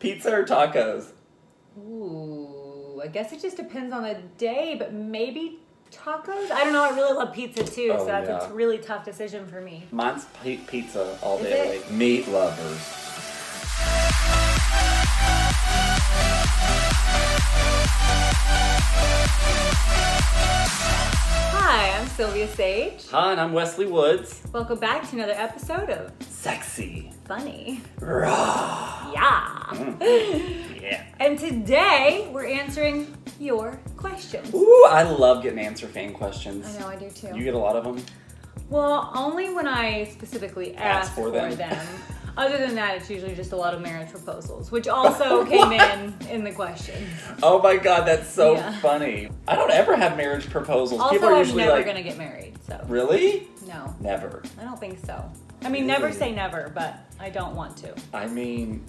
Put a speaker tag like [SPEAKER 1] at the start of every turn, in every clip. [SPEAKER 1] Pizza or tacos?
[SPEAKER 2] Ooh, I guess it just depends on the day, but maybe tacos. I don't know. I really love pizza too,
[SPEAKER 1] Oh,
[SPEAKER 2] so that's
[SPEAKER 1] yeah.
[SPEAKER 2] a really tough decision for me.
[SPEAKER 1] Mine's pi- pizza all
[SPEAKER 2] Is
[SPEAKER 1] day.
[SPEAKER 2] it?
[SPEAKER 1] like, Meat lovers.
[SPEAKER 2] Hi, I'm Sylvia Sage.
[SPEAKER 1] Hi, and I'm Wesley Woods.
[SPEAKER 2] Welcome back to another episode of
[SPEAKER 1] Sexy.
[SPEAKER 2] Funny.
[SPEAKER 1] Raw.
[SPEAKER 2] Yeah.
[SPEAKER 1] Yeah.
[SPEAKER 2] and today we're answering your questions.
[SPEAKER 1] Ooh, I love getting answer fan questions.
[SPEAKER 2] I know I do too.
[SPEAKER 1] You get a lot of them.
[SPEAKER 2] Well, only when I specifically ask, for, them. Other than that, it's usually just a lot of marriage proposals, which also came in in the questions.
[SPEAKER 1] Oh my god, that's so
[SPEAKER 2] Yeah.
[SPEAKER 1] funny. I don't ever have marriage proposals.
[SPEAKER 2] Also,
[SPEAKER 1] People are
[SPEAKER 2] I'm
[SPEAKER 1] usually
[SPEAKER 2] never
[SPEAKER 1] like,
[SPEAKER 2] gonna get married, so
[SPEAKER 1] really?
[SPEAKER 2] no,
[SPEAKER 1] Never.
[SPEAKER 2] I don't think so. I mean, never
[SPEAKER 1] Really?
[SPEAKER 2] say never, but I don't want to.
[SPEAKER 1] I mean,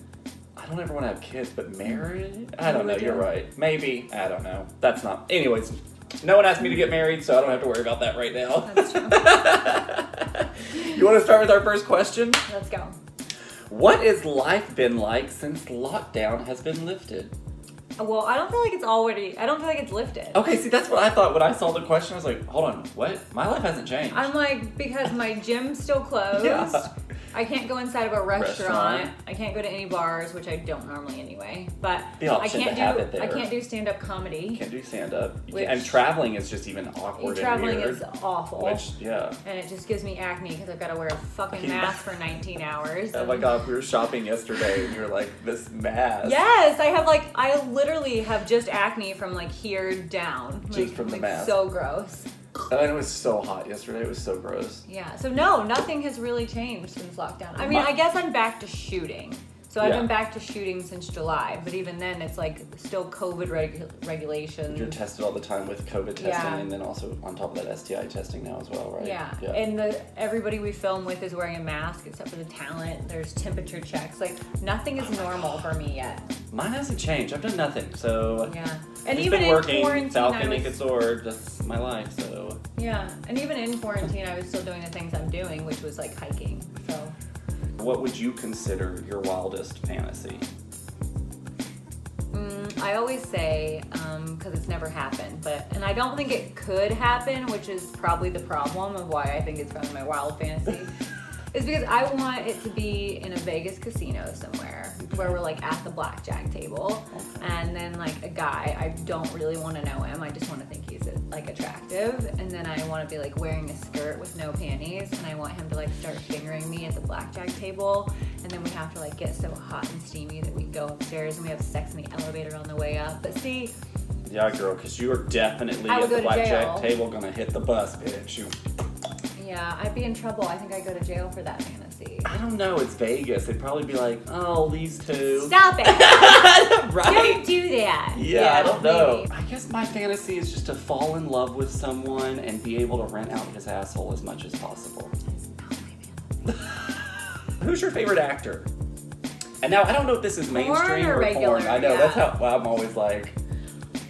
[SPEAKER 1] I don't ever want to have kids, but
[SPEAKER 2] Mm-hmm.
[SPEAKER 1] married? I don't know.
[SPEAKER 2] would
[SPEAKER 1] You're
[SPEAKER 2] you?
[SPEAKER 1] right. Maybe. I don't know. That's not. Anyways, no one asked me to get married, so I don't have to worry about that right now.
[SPEAKER 2] That's true.
[SPEAKER 1] you want to start with our first question?
[SPEAKER 2] Let's go.
[SPEAKER 1] What has life been like since lockdown has been lifted?
[SPEAKER 2] Well, I don't feel like it's already. I don't feel like it's lifted.
[SPEAKER 1] Okay, see, that's what I thought when I saw the question. I was like, hold on, what? My life hasn't changed.
[SPEAKER 2] I'm like because my gym's still closed.
[SPEAKER 1] Yeah.
[SPEAKER 2] I can't go inside of a restaurant.
[SPEAKER 1] Restaurant.
[SPEAKER 2] I can't go to any bars, which I don't normally anyway. But
[SPEAKER 1] The
[SPEAKER 2] I
[SPEAKER 1] option to
[SPEAKER 2] can't
[SPEAKER 1] have
[SPEAKER 2] do.
[SPEAKER 1] it there.
[SPEAKER 2] I can't do stand up comedy.
[SPEAKER 1] You can't do stand up.
[SPEAKER 2] Which-
[SPEAKER 1] And traveling is just even awkward
[SPEAKER 2] traveling
[SPEAKER 1] and weird.
[SPEAKER 2] is awful.
[SPEAKER 1] Which, yeah.
[SPEAKER 2] and it just gives me acne because I've got to wear a fucking
[SPEAKER 1] Yeah.
[SPEAKER 2] mask for 19 hours.
[SPEAKER 1] Oh my god, we were shopping yesterday and you were like, this mask.
[SPEAKER 2] Yes, I have like I literally have just acne from like here down.
[SPEAKER 1] Just
[SPEAKER 2] Like,
[SPEAKER 1] from the
[SPEAKER 2] like,
[SPEAKER 1] mask.
[SPEAKER 2] So gross.
[SPEAKER 1] And it was so hot yesterday. It was so gross.
[SPEAKER 2] Yeah. So no, nothing has really changed since lockdown. I mean,
[SPEAKER 1] My-
[SPEAKER 2] I guess I'm back to shooting. So I've
[SPEAKER 1] Yeah.
[SPEAKER 2] been back to shooting since July, but even then, it's like still COVID reg- regulations.
[SPEAKER 1] You're tested all the time with COVID testing
[SPEAKER 2] Yeah.
[SPEAKER 1] and then also on top of that STI testing now as well, right?
[SPEAKER 2] Yeah.
[SPEAKER 1] Yeah.
[SPEAKER 2] and the everybody we film with is wearing a mask except for the talent. There's temperature checks. Like nothing is normal for me yet.
[SPEAKER 1] Mine hasn't changed. I've done nothing. So
[SPEAKER 2] Yeah, and
[SPEAKER 1] it's
[SPEAKER 2] even
[SPEAKER 1] been
[SPEAKER 2] in
[SPEAKER 1] working.
[SPEAKER 2] quarantine, I
[SPEAKER 1] Falcon
[SPEAKER 2] was,
[SPEAKER 1] and a sword. That's my life. So
[SPEAKER 2] yeah, and even in quarantine, I was still doing the things I'm doing, which was like hiking. So
[SPEAKER 1] what would you consider your wildest fantasy?
[SPEAKER 2] mm, I always say because it's never happened, but and I don't think it could happen, which is probably the problem of why I think it's probably my wild fantasy. Is because I want it to be in a Vegas casino somewhere where we're like at the blackjack table, and then like a guy. I don't really want to know him. I just want to think he's like attractive, and then I want to be like wearing a skirt with no panties, and I want him to like start fingering me at the blackjack table, and then we have to like get so hot and steamy that we go upstairs and we have sex in the elevator on the way up. But see,
[SPEAKER 1] Yeah, girl, because you are definitely
[SPEAKER 2] I would
[SPEAKER 1] at
[SPEAKER 2] go
[SPEAKER 1] the
[SPEAKER 2] to
[SPEAKER 1] blackjack
[SPEAKER 2] jail.
[SPEAKER 1] table gonna hit the bus, bitch. You-
[SPEAKER 2] yeah, I'd be in trouble. I think I'd go to jail for that fantasy.
[SPEAKER 1] I don't know. It's Vegas. They'd probably be like, oh, these two.
[SPEAKER 2] Stop it!
[SPEAKER 1] right?
[SPEAKER 2] Don't do that.
[SPEAKER 1] Yeah, I don't know.
[SPEAKER 2] maybe.
[SPEAKER 1] I guess my fantasy is just to fall in love with someone and be able to rent out his asshole as much as possible.
[SPEAKER 2] That's not my fantasy.
[SPEAKER 1] Who's your favorite actor? And now I don't know if this is mainstream
[SPEAKER 2] or
[SPEAKER 1] or,
[SPEAKER 2] regular,
[SPEAKER 1] porn. I know
[SPEAKER 2] yeah.
[SPEAKER 1] that's how well, I'm always like.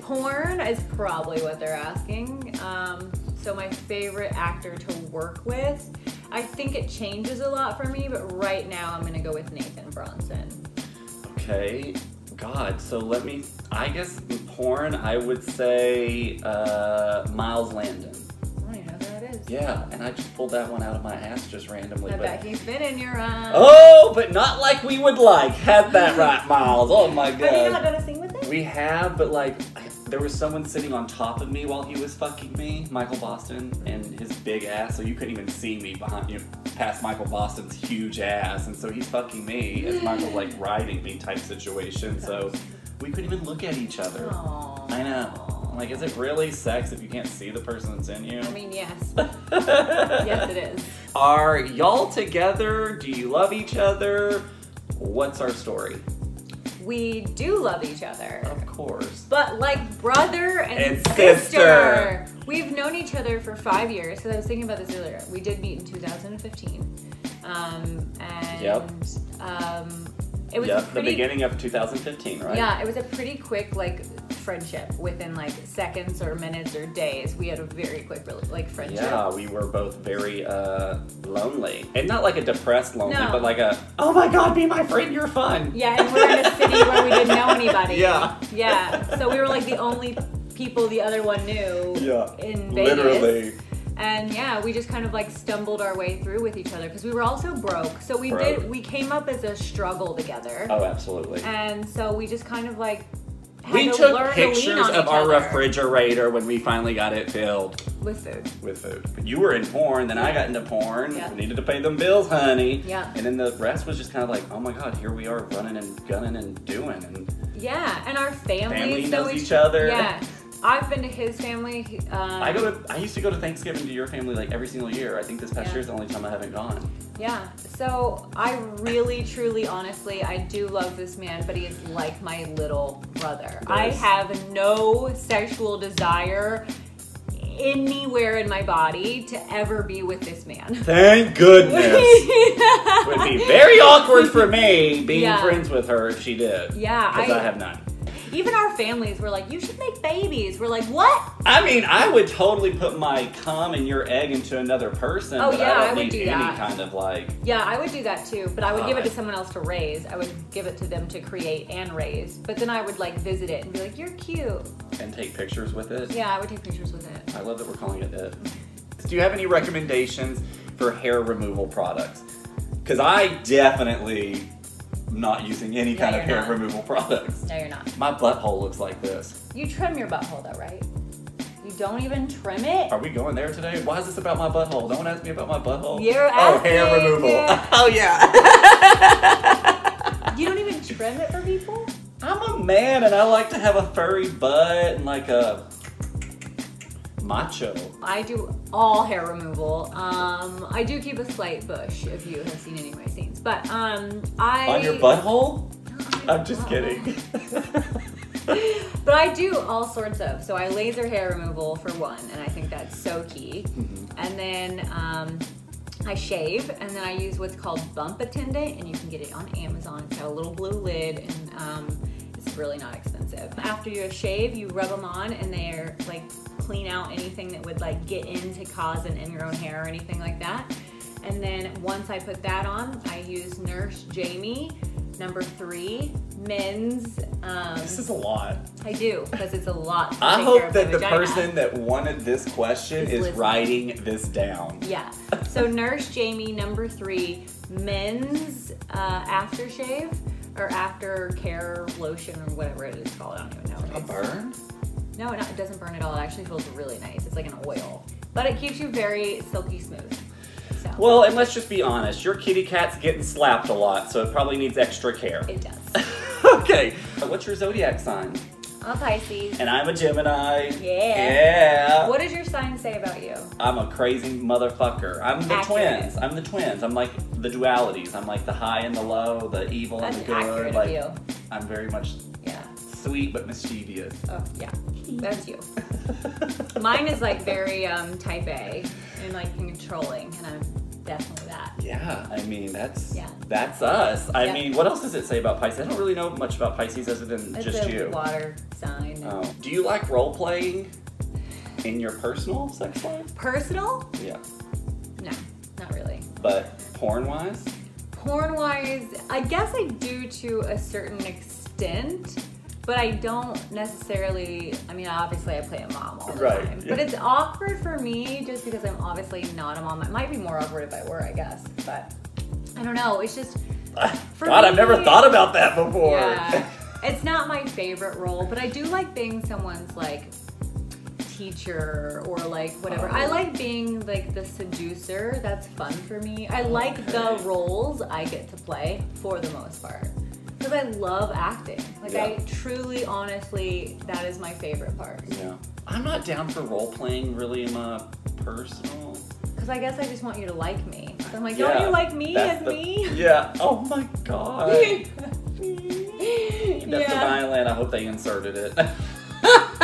[SPEAKER 2] Porn is probably what they're asking. Um, so my favorite actor to work with, I think it changes a lot for me, but right now I'm gonna go with Nathan Bronson.
[SPEAKER 1] Okay, God. So let me. I guess in porn. I would say uh, Miles Landon.
[SPEAKER 2] I don't even know who that is.
[SPEAKER 1] Yeah, and I just pulled that one out of my ass just randomly.
[SPEAKER 2] I
[SPEAKER 1] but
[SPEAKER 2] bet he's been in your um.
[SPEAKER 1] oh, but not like we would like. Had that right, Miles. Oh my God.
[SPEAKER 2] Have you not done a scene with him?
[SPEAKER 1] We have, but like, I, there was someone sitting on top of me while he was fucking me, Michael Boston, and his big ass, so you couldn't even see me behind you, past Michael Boston's huge ass, and so he's fucking me as Michael's like riding me type situation, so we couldn't even look at each other.
[SPEAKER 2] Aww.
[SPEAKER 1] I know. I'm Like, is it really sex if you can't see the person that's in you?
[SPEAKER 2] I mean, yes. yes, it is.
[SPEAKER 1] Are y'all together? Do you love each other? What's our story?
[SPEAKER 2] We do love each other.
[SPEAKER 1] Of course.
[SPEAKER 2] But like brother and,
[SPEAKER 1] And
[SPEAKER 2] sister. We've known each other for five years because I was thinking about this earlier. We did meet in 2015. Um, and
[SPEAKER 1] Yep.
[SPEAKER 2] um, it was a
[SPEAKER 1] yep,
[SPEAKER 2] pretty,
[SPEAKER 1] the beginning of 2015, right?
[SPEAKER 2] Yeah, it was a pretty quick like friendship within like seconds or minutes or days. We had a very quick rel- like friendship.
[SPEAKER 1] Yeah, we were both very uh, lonely, and not like a depressed lonely,
[SPEAKER 2] No.
[SPEAKER 1] but like a oh my god, be my friend, you're fun.
[SPEAKER 2] Yeah, and we're in a city where anybody.
[SPEAKER 1] Yeah.
[SPEAKER 2] Yeah. So we were like the only people the other one knew
[SPEAKER 1] Yeah.
[SPEAKER 2] in Vegas.
[SPEAKER 1] Literally.
[SPEAKER 2] And yeah, we just kind of like stumbled our way through with each other because we were also broke. So we
[SPEAKER 1] Broke.
[SPEAKER 2] did we came up as a struggle together.
[SPEAKER 1] Oh, absolutely.
[SPEAKER 2] And so we just kind of like had
[SPEAKER 3] We
[SPEAKER 2] to learn
[SPEAKER 3] took
[SPEAKER 2] to lean
[SPEAKER 3] pictures
[SPEAKER 2] on
[SPEAKER 3] of
[SPEAKER 2] each
[SPEAKER 3] our
[SPEAKER 2] other
[SPEAKER 3] refrigerator when we finally got it filled.
[SPEAKER 2] with food.
[SPEAKER 1] with food. But you were in porn, then I got into porn.
[SPEAKER 2] Yeah.
[SPEAKER 1] We needed to pay them bills, honey.
[SPEAKER 2] Yeah.
[SPEAKER 1] And then the rest was just kind of like, oh my god, here we are running and gunning and doing, and
[SPEAKER 2] Yeah, and our families.
[SPEAKER 1] family
[SPEAKER 2] so
[SPEAKER 1] knows
[SPEAKER 2] we,
[SPEAKER 1] each other.
[SPEAKER 2] Yeah, I've been to his family. he- Um,
[SPEAKER 1] I go to. I used to go to Thanksgiving to your family like every single year. I think this past
[SPEAKER 2] Yeah.
[SPEAKER 1] year is the only time I haven't gone.
[SPEAKER 2] Yeah. So I really, truly, honestly, I do love this man, but he is like my little brother. I
[SPEAKER 1] Yes.
[SPEAKER 2] have no sexual desire anywhere in my body to ever be with this man.
[SPEAKER 1] Thank goodness. Would be very awkward for me being
[SPEAKER 2] Yeah.
[SPEAKER 1] friends with her if she did.
[SPEAKER 2] Yeah,
[SPEAKER 1] Because I,
[SPEAKER 2] I-
[SPEAKER 1] have none.
[SPEAKER 2] Even our families were like, "You should make babies." We're like, "What?"
[SPEAKER 1] I mean, I would totally put my cum and your egg into another person.
[SPEAKER 2] Oh,
[SPEAKER 1] but
[SPEAKER 2] yeah,
[SPEAKER 1] I, don't
[SPEAKER 2] I would
[SPEAKER 1] need
[SPEAKER 2] do
[SPEAKER 1] any
[SPEAKER 2] that.
[SPEAKER 1] kind of like.
[SPEAKER 2] Yeah, I would do that too, but I would give it to
[SPEAKER 1] God.
[SPEAKER 2] someone else to raise. I would give it to them to create and raise. But then I would like visit it and be like, "You're cute."
[SPEAKER 1] and take pictures with it.
[SPEAKER 2] Yeah, I would take pictures with it.
[SPEAKER 1] I love that we're calling it it. Do you have any recommendations for hair removal products? Because I definitely am not using any
[SPEAKER 2] Yeah,
[SPEAKER 1] kind of
[SPEAKER 2] you're
[SPEAKER 1] hair
[SPEAKER 2] not.
[SPEAKER 1] removal products.
[SPEAKER 2] No, you're not.
[SPEAKER 1] My butthole looks like this.
[SPEAKER 2] You trim your butthole though, right? You don't even trim it?
[SPEAKER 1] Are we going there today? Why is this about my butthole? No one asked me about my butthole.
[SPEAKER 2] You're
[SPEAKER 1] oh, hair
[SPEAKER 2] asking,
[SPEAKER 1] removal.
[SPEAKER 2] yeah.
[SPEAKER 1] Oh yeah.
[SPEAKER 2] You don't even trim it for people?
[SPEAKER 1] I'm a man and I like to have a furry butt and like a macho.
[SPEAKER 2] I do all hair removal. Um, I do keep a slight bush if you have seen any of my scenes. But um, I
[SPEAKER 1] On your butthole?
[SPEAKER 2] Not on your
[SPEAKER 1] I'm just
[SPEAKER 2] butthole.
[SPEAKER 1] kidding.
[SPEAKER 2] but I do all sorts of. So I laser hair removal for one, and I think that's so key. And then um, I shave, and then I use what's called Bump Attendant, and you can get it on Amazon. It's got a little blue lid, and um, it's really not expensive. After you shave, you rub them on, and they're like clean out anything that would like get in to cause an in your own hair or anything like that. And then once I put that on, I use Nurse Jamie number three men's. Um,
[SPEAKER 1] this is a lot.
[SPEAKER 2] I do because it's a lot. To
[SPEAKER 1] I
[SPEAKER 2] take care
[SPEAKER 1] hope
[SPEAKER 2] of
[SPEAKER 1] that
[SPEAKER 2] my
[SPEAKER 1] the
[SPEAKER 2] vagina.
[SPEAKER 1] person that wanted this question
[SPEAKER 2] Is
[SPEAKER 1] is,
[SPEAKER 2] listening.
[SPEAKER 1] writing this down.
[SPEAKER 2] Yeah. So Nurse Jamie number three, men's uh, aftershave or aftercare lotion or whatever it is called. I don't even know.
[SPEAKER 1] A burn?
[SPEAKER 2] No, no, it doesn't burn at all. It actually feels really nice. It's like an oil, but it keeps you very silky smooth. So
[SPEAKER 1] Well, and let's just be honest. Your kitty cat's getting slapped a lot, so it probably needs extra care.
[SPEAKER 2] it does.
[SPEAKER 1] okay. What's your zodiac sign?
[SPEAKER 2] I'm Pisces.
[SPEAKER 1] And I'm a Gemini.
[SPEAKER 2] Yeah.
[SPEAKER 1] Yeah.
[SPEAKER 2] What does your sign say about you?
[SPEAKER 1] I'm a crazy motherfucker. I'm the
[SPEAKER 2] Accurate.
[SPEAKER 1] twins. I'm the twins. I'm like the dualities. I'm like the high and the low, the evil
[SPEAKER 2] That's
[SPEAKER 1] and the good.
[SPEAKER 2] accurate
[SPEAKER 1] like
[SPEAKER 2] of you.
[SPEAKER 1] I'm very much
[SPEAKER 2] Yeah.
[SPEAKER 1] sweet but mischievous.
[SPEAKER 2] Oh yeah. That's you. Mine is like very um, type A and like controlling, and I'm definitely that.
[SPEAKER 1] Yeah, I mean that's
[SPEAKER 2] Yeah.
[SPEAKER 1] that's us. I
[SPEAKER 2] Yeah.
[SPEAKER 1] mean, what else does it say about Pisces? I don't really know much about Pisces other than
[SPEAKER 2] It's
[SPEAKER 1] just
[SPEAKER 2] a
[SPEAKER 1] you.
[SPEAKER 2] water sign.
[SPEAKER 1] Oh. Do you like role playing in your personal sex life?
[SPEAKER 2] Personal?
[SPEAKER 1] Yeah,
[SPEAKER 2] No, not really.
[SPEAKER 1] but porn wise,
[SPEAKER 2] Porn wise, I guess I do to a certain extent, but I don't necessarily. I mean, obviously, I play a mom all the
[SPEAKER 1] Right,
[SPEAKER 2] time,
[SPEAKER 1] yeah.
[SPEAKER 2] but it's awkward for me just because I'm obviously not a mom. It might be more awkward if I were, I guess, but I don't know. It's just For
[SPEAKER 1] God, I've never
[SPEAKER 2] me-
[SPEAKER 1] thought about that before.
[SPEAKER 2] Yeah. it's not my favorite role, but I do like being someone's like teacher or like whatever.
[SPEAKER 1] Oh.
[SPEAKER 2] I like being like the seducer. That's fun for me. I like the
[SPEAKER 1] Okay.
[SPEAKER 2] roles I get to play for the most part. Because I love acting. Like I
[SPEAKER 1] Yeah.
[SPEAKER 2] truly, honestly, that is my favorite part.
[SPEAKER 1] yeah, I'm not down for role playing really in my personal.
[SPEAKER 2] Because I guess I just want you to like me. So I'm like,
[SPEAKER 1] Yeah,
[SPEAKER 2] don't you like me
[SPEAKER 1] that's
[SPEAKER 2] as
[SPEAKER 1] the-
[SPEAKER 2] me?
[SPEAKER 1] Yeah. Oh my God. That's the
[SPEAKER 2] yeah.
[SPEAKER 1] violin. I hope they inserted it.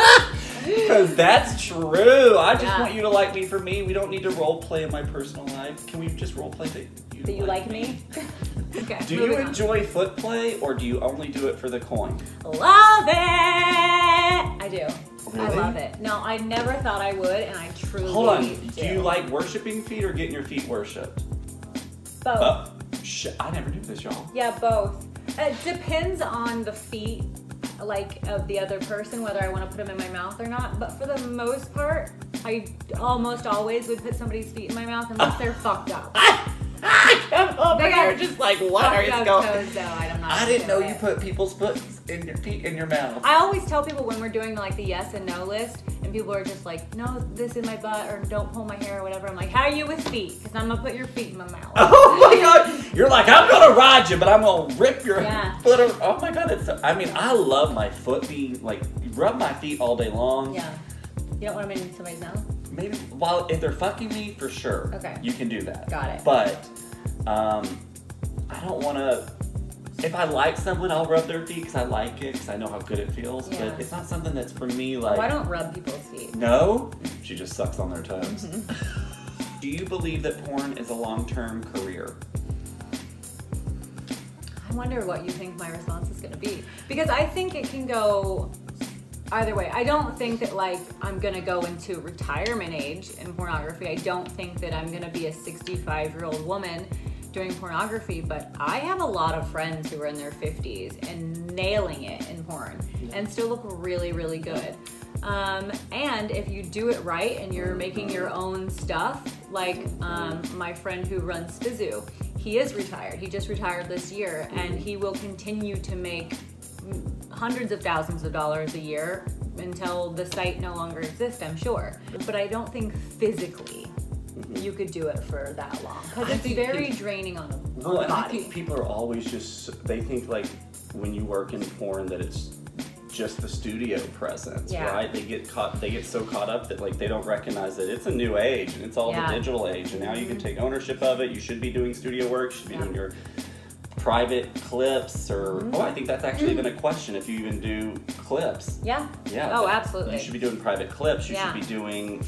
[SPEAKER 1] Because that's true. I just
[SPEAKER 2] Yeah.
[SPEAKER 1] want you to like me for me. We don't need to role play in my personal life. Can we just role play that you,
[SPEAKER 2] Do you like me? okay.
[SPEAKER 1] Do you
[SPEAKER 2] moving on.
[SPEAKER 1] enjoy foot play or do you only do it for the coin?
[SPEAKER 2] Love it! I do. I
[SPEAKER 1] Really?
[SPEAKER 2] love it. No, I never thought I would, and I truly
[SPEAKER 1] Hold on.
[SPEAKER 2] Do.
[SPEAKER 1] Do you like worshiping feet or getting your feet worshipped? Oh,
[SPEAKER 2] both?
[SPEAKER 1] Uh, sh- I never knew this, y'all.
[SPEAKER 2] Yeah, both. It depends on the feet like of the other person, whether I want to put them in my mouth or not. But for the most part, I almost always would put somebody's feet in my mouth unless they're fucked up.
[SPEAKER 3] I come up
[SPEAKER 2] They
[SPEAKER 3] and
[SPEAKER 2] got
[SPEAKER 3] you're just like, what
[SPEAKER 2] Fucked
[SPEAKER 3] are you
[SPEAKER 2] up
[SPEAKER 3] going?
[SPEAKER 2] toes, though. I don't know.
[SPEAKER 1] I didn't know you put people's foot in your feet in your mouth.
[SPEAKER 2] I always tell people when we're doing like the yes and no list, and people are just like, "No, this is my butt," or "Don't pull my hair," or whatever. I'm like, "How are you with feet?" Because I'm gonna put your feet in my mouth.
[SPEAKER 1] Oh my god! You're like, I'm gonna ride you, but I'm gonna rip your
[SPEAKER 2] Yeah.
[SPEAKER 1] foot. Over. Oh my god! It's so, I mean, I love my foot being like rub my feet all day long.
[SPEAKER 2] Yeah. You don't want them in somebody's mouth.
[SPEAKER 1] Maybe while if they're fucking me for sure.
[SPEAKER 2] Okay.
[SPEAKER 1] You can do that.
[SPEAKER 2] Got it.
[SPEAKER 1] But um, I don't want to. If I like someone, I'll rub their feet because I like it because I know how good it feels.
[SPEAKER 2] Yeah.
[SPEAKER 1] But it's not something that's for me. Like
[SPEAKER 2] Why don't rub people's feet?
[SPEAKER 1] no, she just sucks on their toes.
[SPEAKER 2] Mm-hmm.
[SPEAKER 1] do you believe that porn is a long-term career?
[SPEAKER 2] I wonder what you think my response is going to be because I think it can go either way. I don't think that like I'm going to go into retirement age in pornography. I don't think that I'm going to be a 65 year old woman doing pornography, but I have a lot of friends who are in their 50s and nailing it in porn and still look really really good. Um, and if you do it right and you're making your own stuff, like um, my friend who runs Spizoo, he is retired. He just retired this year, and he will continue to make mm, hundreds of thousands of dollars a year until the site no longer exists. I'm sure, but I don't think physically you could do it for that long because
[SPEAKER 1] I
[SPEAKER 2] it's
[SPEAKER 1] think
[SPEAKER 2] very
[SPEAKER 1] it-
[SPEAKER 2] draining on the
[SPEAKER 1] Well,
[SPEAKER 2] on the
[SPEAKER 1] and I
[SPEAKER 2] body.
[SPEAKER 1] think people are always just they think like when you work in porn that it's just the studio presence,
[SPEAKER 2] Yeah.
[SPEAKER 1] right? They get caught they get so caught up that like they don't recognize that it's a new age and it's all
[SPEAKER 2] Yeah. Mm-hmm.
[SPEAKER 1] the digital age and now you can take ownership of it. You should be doing studio work, you should be
[SPEAKER 2] Yeah. Mm-hmm.
[SPEAKER 1] doing your private clips or oh I think that's actually even a question if you even do clips.
[SPEAKER 2] yeah.
[SPEAKER 1] Yeah.
[SPEAKER 2] Oh,
[SPEAKER 1] but
[SPEAKER 2] absolutely.
[SPEAKER 1] You should be doing private clips. You
[SPEAKER 2] Yeah.
[SPEAKER 1] should be doing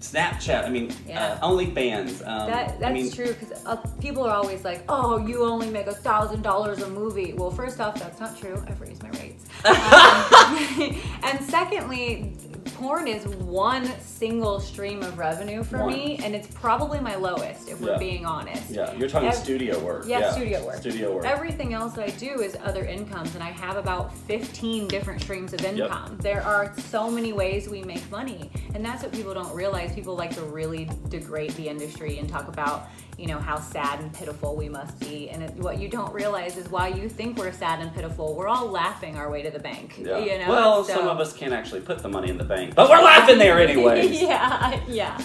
[SPEAKER 1] Snapchat. I mean,
[SPEAKER 2] Yeah.
[SPEAKER 1] uh, OnlyFans. Um,
[SPEAKER 2] That, that's
[SPEAKER 1] I mean,
[SPEAKER 2] true because uh, people are always like, "Oh, you only make a thousand dollars a movie." Well, first off, that's not true. I've raised my rates. Um, and secondly, porn is one single stream of revenue for me, and it's probably my lowest if
[SPEAKER 1] Yeah.
[SPEAKER 2] we're being honest.
[SPEAKER 1] Yeah, you're talking
[SPEAKER 2] Ev-
[SPEAKER 1] studio work.
[SPEAKER 2] Yeah, studio work.
[SPEAKER 1] Studio work.
[SPEAKER 2] Everything else I do is other incomes, and I have about 15 different streams of income. There are so many ways we make money, and that's what people don't realize. People like to really degrade the industry and talk about, you know, how sad and pitiful we must be. And it, what you don't realize is why you think we're sad and pitiful. We're all laughing our way to the bank.
[SPEAKER 1] yeah.
[SPEAKER 2] You know.
[SPEAKER 1] well,
[SPEAKER 2] So-
[SPEAKER 1] some of us can't actually put the money in the bank, but we're laughing there anyways.
[SPEAKER 2] yeah, yeah.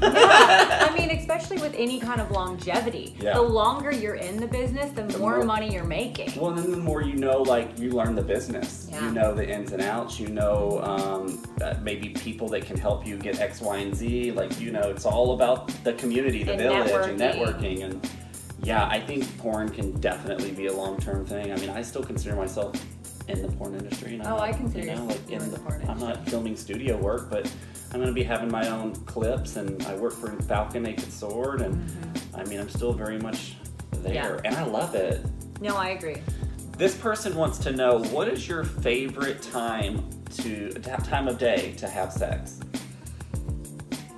[SPEAKER 2] yeah. I mean, especially with any kind of longevity.
[SPEAKER 1] Yeah.
[SPEAKER 2] The longer you're in the business, the, more,
[SPEAKER 1] more-
[SPEAKER 2] money you're making.
[SPEAKER 1] Well, then the more you know, like you learn the business,
[SPEAKER 2] Yeah.
[SPEAKER 1] you know the ins and outs, you know um, uh, maybe people that can help you get X, Y, and Z. Like you know, it's all about the community, the
[SPEAKER 2] And
[SPEAKER 1] village, and
[SPEAKER 2] networking.
[SPEAKER 1] networking. And yeah, I think porn can definitely be a long-term thing. I mean, I still consider myself in the porn industry. And I'm
[SPEAKER 2] Oh,
[SPEAKER 1] not,
[SPEAKER 2] I consider
[SPEAKER 1] you know,
[SPEAKER 2] yourself
[SPEAKER 1] like
[SPEAKER 2] you're in the porn
[SPEAKER 1] I'm not filming studio work, but I'm going to be having my own clips, and I work for Falcon Naked Sword, and I mean, I'm still very much there,
[SPEAKER 2] Mm-hmm. Yeah.
[SPEAKER 1] and I love it.
[SPEAKER 2] No, I agree.
[SPEAKER 1] This person wants to know what is your favorite time to t- time of day to have sex,
[SPEAKER 2] I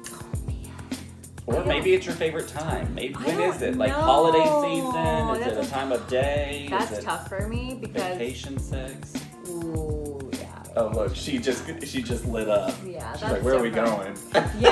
[SPEAKER 1] or
[SPEAKER 2] don't-
[SPEAKER 1] maybe it's your favorite time. Maybe
[SPEAKER 2] I
[SPEAKER 1] when
[SPEAKER 2] don't
[SPEAKER 1] is it? Like
[SPEAKER 2] know.
[SPEAKER 1] holiday season? Is
[SPEAKER 2] That's
[SPEAKER 1] it
[SPEAKER 2] a-
[SPEAKER 1] a time of day? is
[SPEAKER 2] That's
[SPEAKER 1] it
[SPEAKER 2] tough for me because.
[SPEAKER 1] Vacation sex.
[SPEAKER 2] Ooh, yeah.
[SPEAKER 1] Oh look, she just she just lit up.
[SPEAKER 2] Yeah,
[SPEAKER 1] She's
[SPEAKER 2] that's
[SPEAKER 1] like, where are we
[SPEAKER 2] different.
[SPEAKER 1] going?
[SPEAKER 2] Yeah.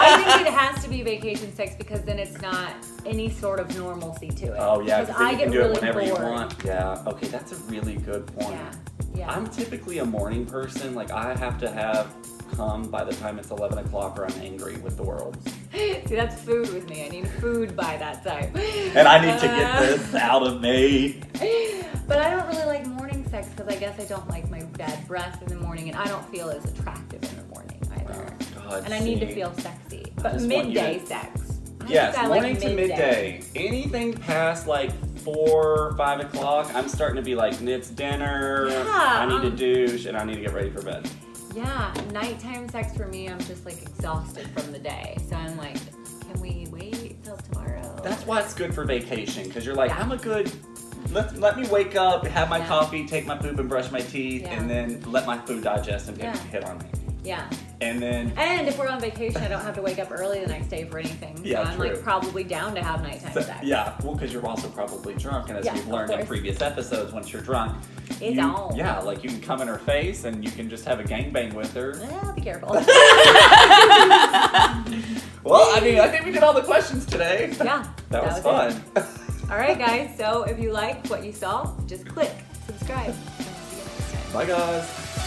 [SPEAKER 2] I think it has to be vacation sex because then it's not any sort of normalcy to it.
[SPEAKER 1] Oh yeah,
[SPEAKER 2] because
[SPEAKER 1] then
[SPEAKER 2] I
[SPEAKER 1] you
[SPEAKER 2] get
[SPEAKER 1] can do
[SPEAKER 2] really
[SPEAKER 1] it whenever
[SPEAKER 2] bored.
[SPEAKER 1] you want. Yeah. Okay, that's a really good point.
[SPEAKER 2] Yeah, yeah.
[SPEAKER 1] I'm typically a morning person. Like I have to have come by the time it's 11 o'clock or I'm angry with the world.
[SPEAKER 2] See, that's food with me. I need food by that time.
[SPEAKER 1] And I need to get
[SPEAKER 2] Uh,
[SPEAKER 1] this out of me.
[SPEAKER 2] But I don't really like morning sex because I guess I don't like my bad breath in the morning, and I don't feel as attractive in the morning either.
[SPEAKER 1] Oh, God,
[SPEAKER 2] and I need to
[SPEAKER 1] see.
[SPEAKER 2] feel sexy,
[SPEAKER 1] I
[SPEAKER 2] but
[SPEAKER 1] just want you to-
[SPEAKER 2] midday sex. I think
[SPEAKER 1] Yes,
[SPEAKER 2] I like
[SPEAKER 1] morning to midday. Anything past like four, five o'clock, I'm starting to be like, it's dinner.
[SPEAKER 2] Yeah,
[SPEAKER 1] I need
[SPEAKER 2] um,
[SPEAKER 1] to douche and I need to get ready for bed.
[SPEAKER 2] Yeah, nighttime sex for me, I'm just like exhausted from the day, so I'm like, can we wait till tomorrow?
[SPEAKER 1] That's why it's good for vacation because you're like,
[SPEAKER 2] Yeah.
[SPEAKER 1] I'm a good. Let, let me wake up, have my
[SPEAKER 2] Yeah.
[SPEAKER 1] coffee, take my poop and brush my teeth,
[SPEAKER 2] Yeah.
[SPEAKER 1] and then let my food digest and hit,
[SPEAKER 2] Yeah.
[SPEAKER 1] hit on me.
[SPEAKER 2] Yeah.
[SPEAKER 1] And then
[SPEAKER 2] And if we're on vacation, I don't have to wake up early the next day for anything.
[SPEAKER 1] Yeah,
[SPEAKER 2] so I'm
[SPEAKER 1] true.
[SPEAKER 2] like probably down to have nighttime
[SPEAKER 1] So-
[SPEAKER 2] sex.
[SPEAKER 1] yeah, well, because you're also probably drunk, and as
[SPEAKER 2] Yeah,
[SPEAKER 1] we've
[SPEAKER 2] of
[SPEAKER 1] learned in
[SPEAKER 2] course.
[SPEAKER 1] previous episodes, once you're drunk,
[SPEAKER 2] It's
[SPEAKER 1] you,
[SPEAKER 2] on.
[SPEAKER 1] Yeah, like you can come in her face and you can just have a gangbang with her.
[SPEAKER 2] Well, be careful.
[SPEAKER 1] Well, I mean, I think we did all the questions today.
[SPEAKER 2] Yeah.
[SPEAKER 1] That was
[SPEAKER 2] it.
[SPEAKER 1] fun.
[SPEAKER 2] All right, guys. So if you liked what you saw, just click subscribe. And we'll see you next time.
[SPEAKER 1] Bye, guys.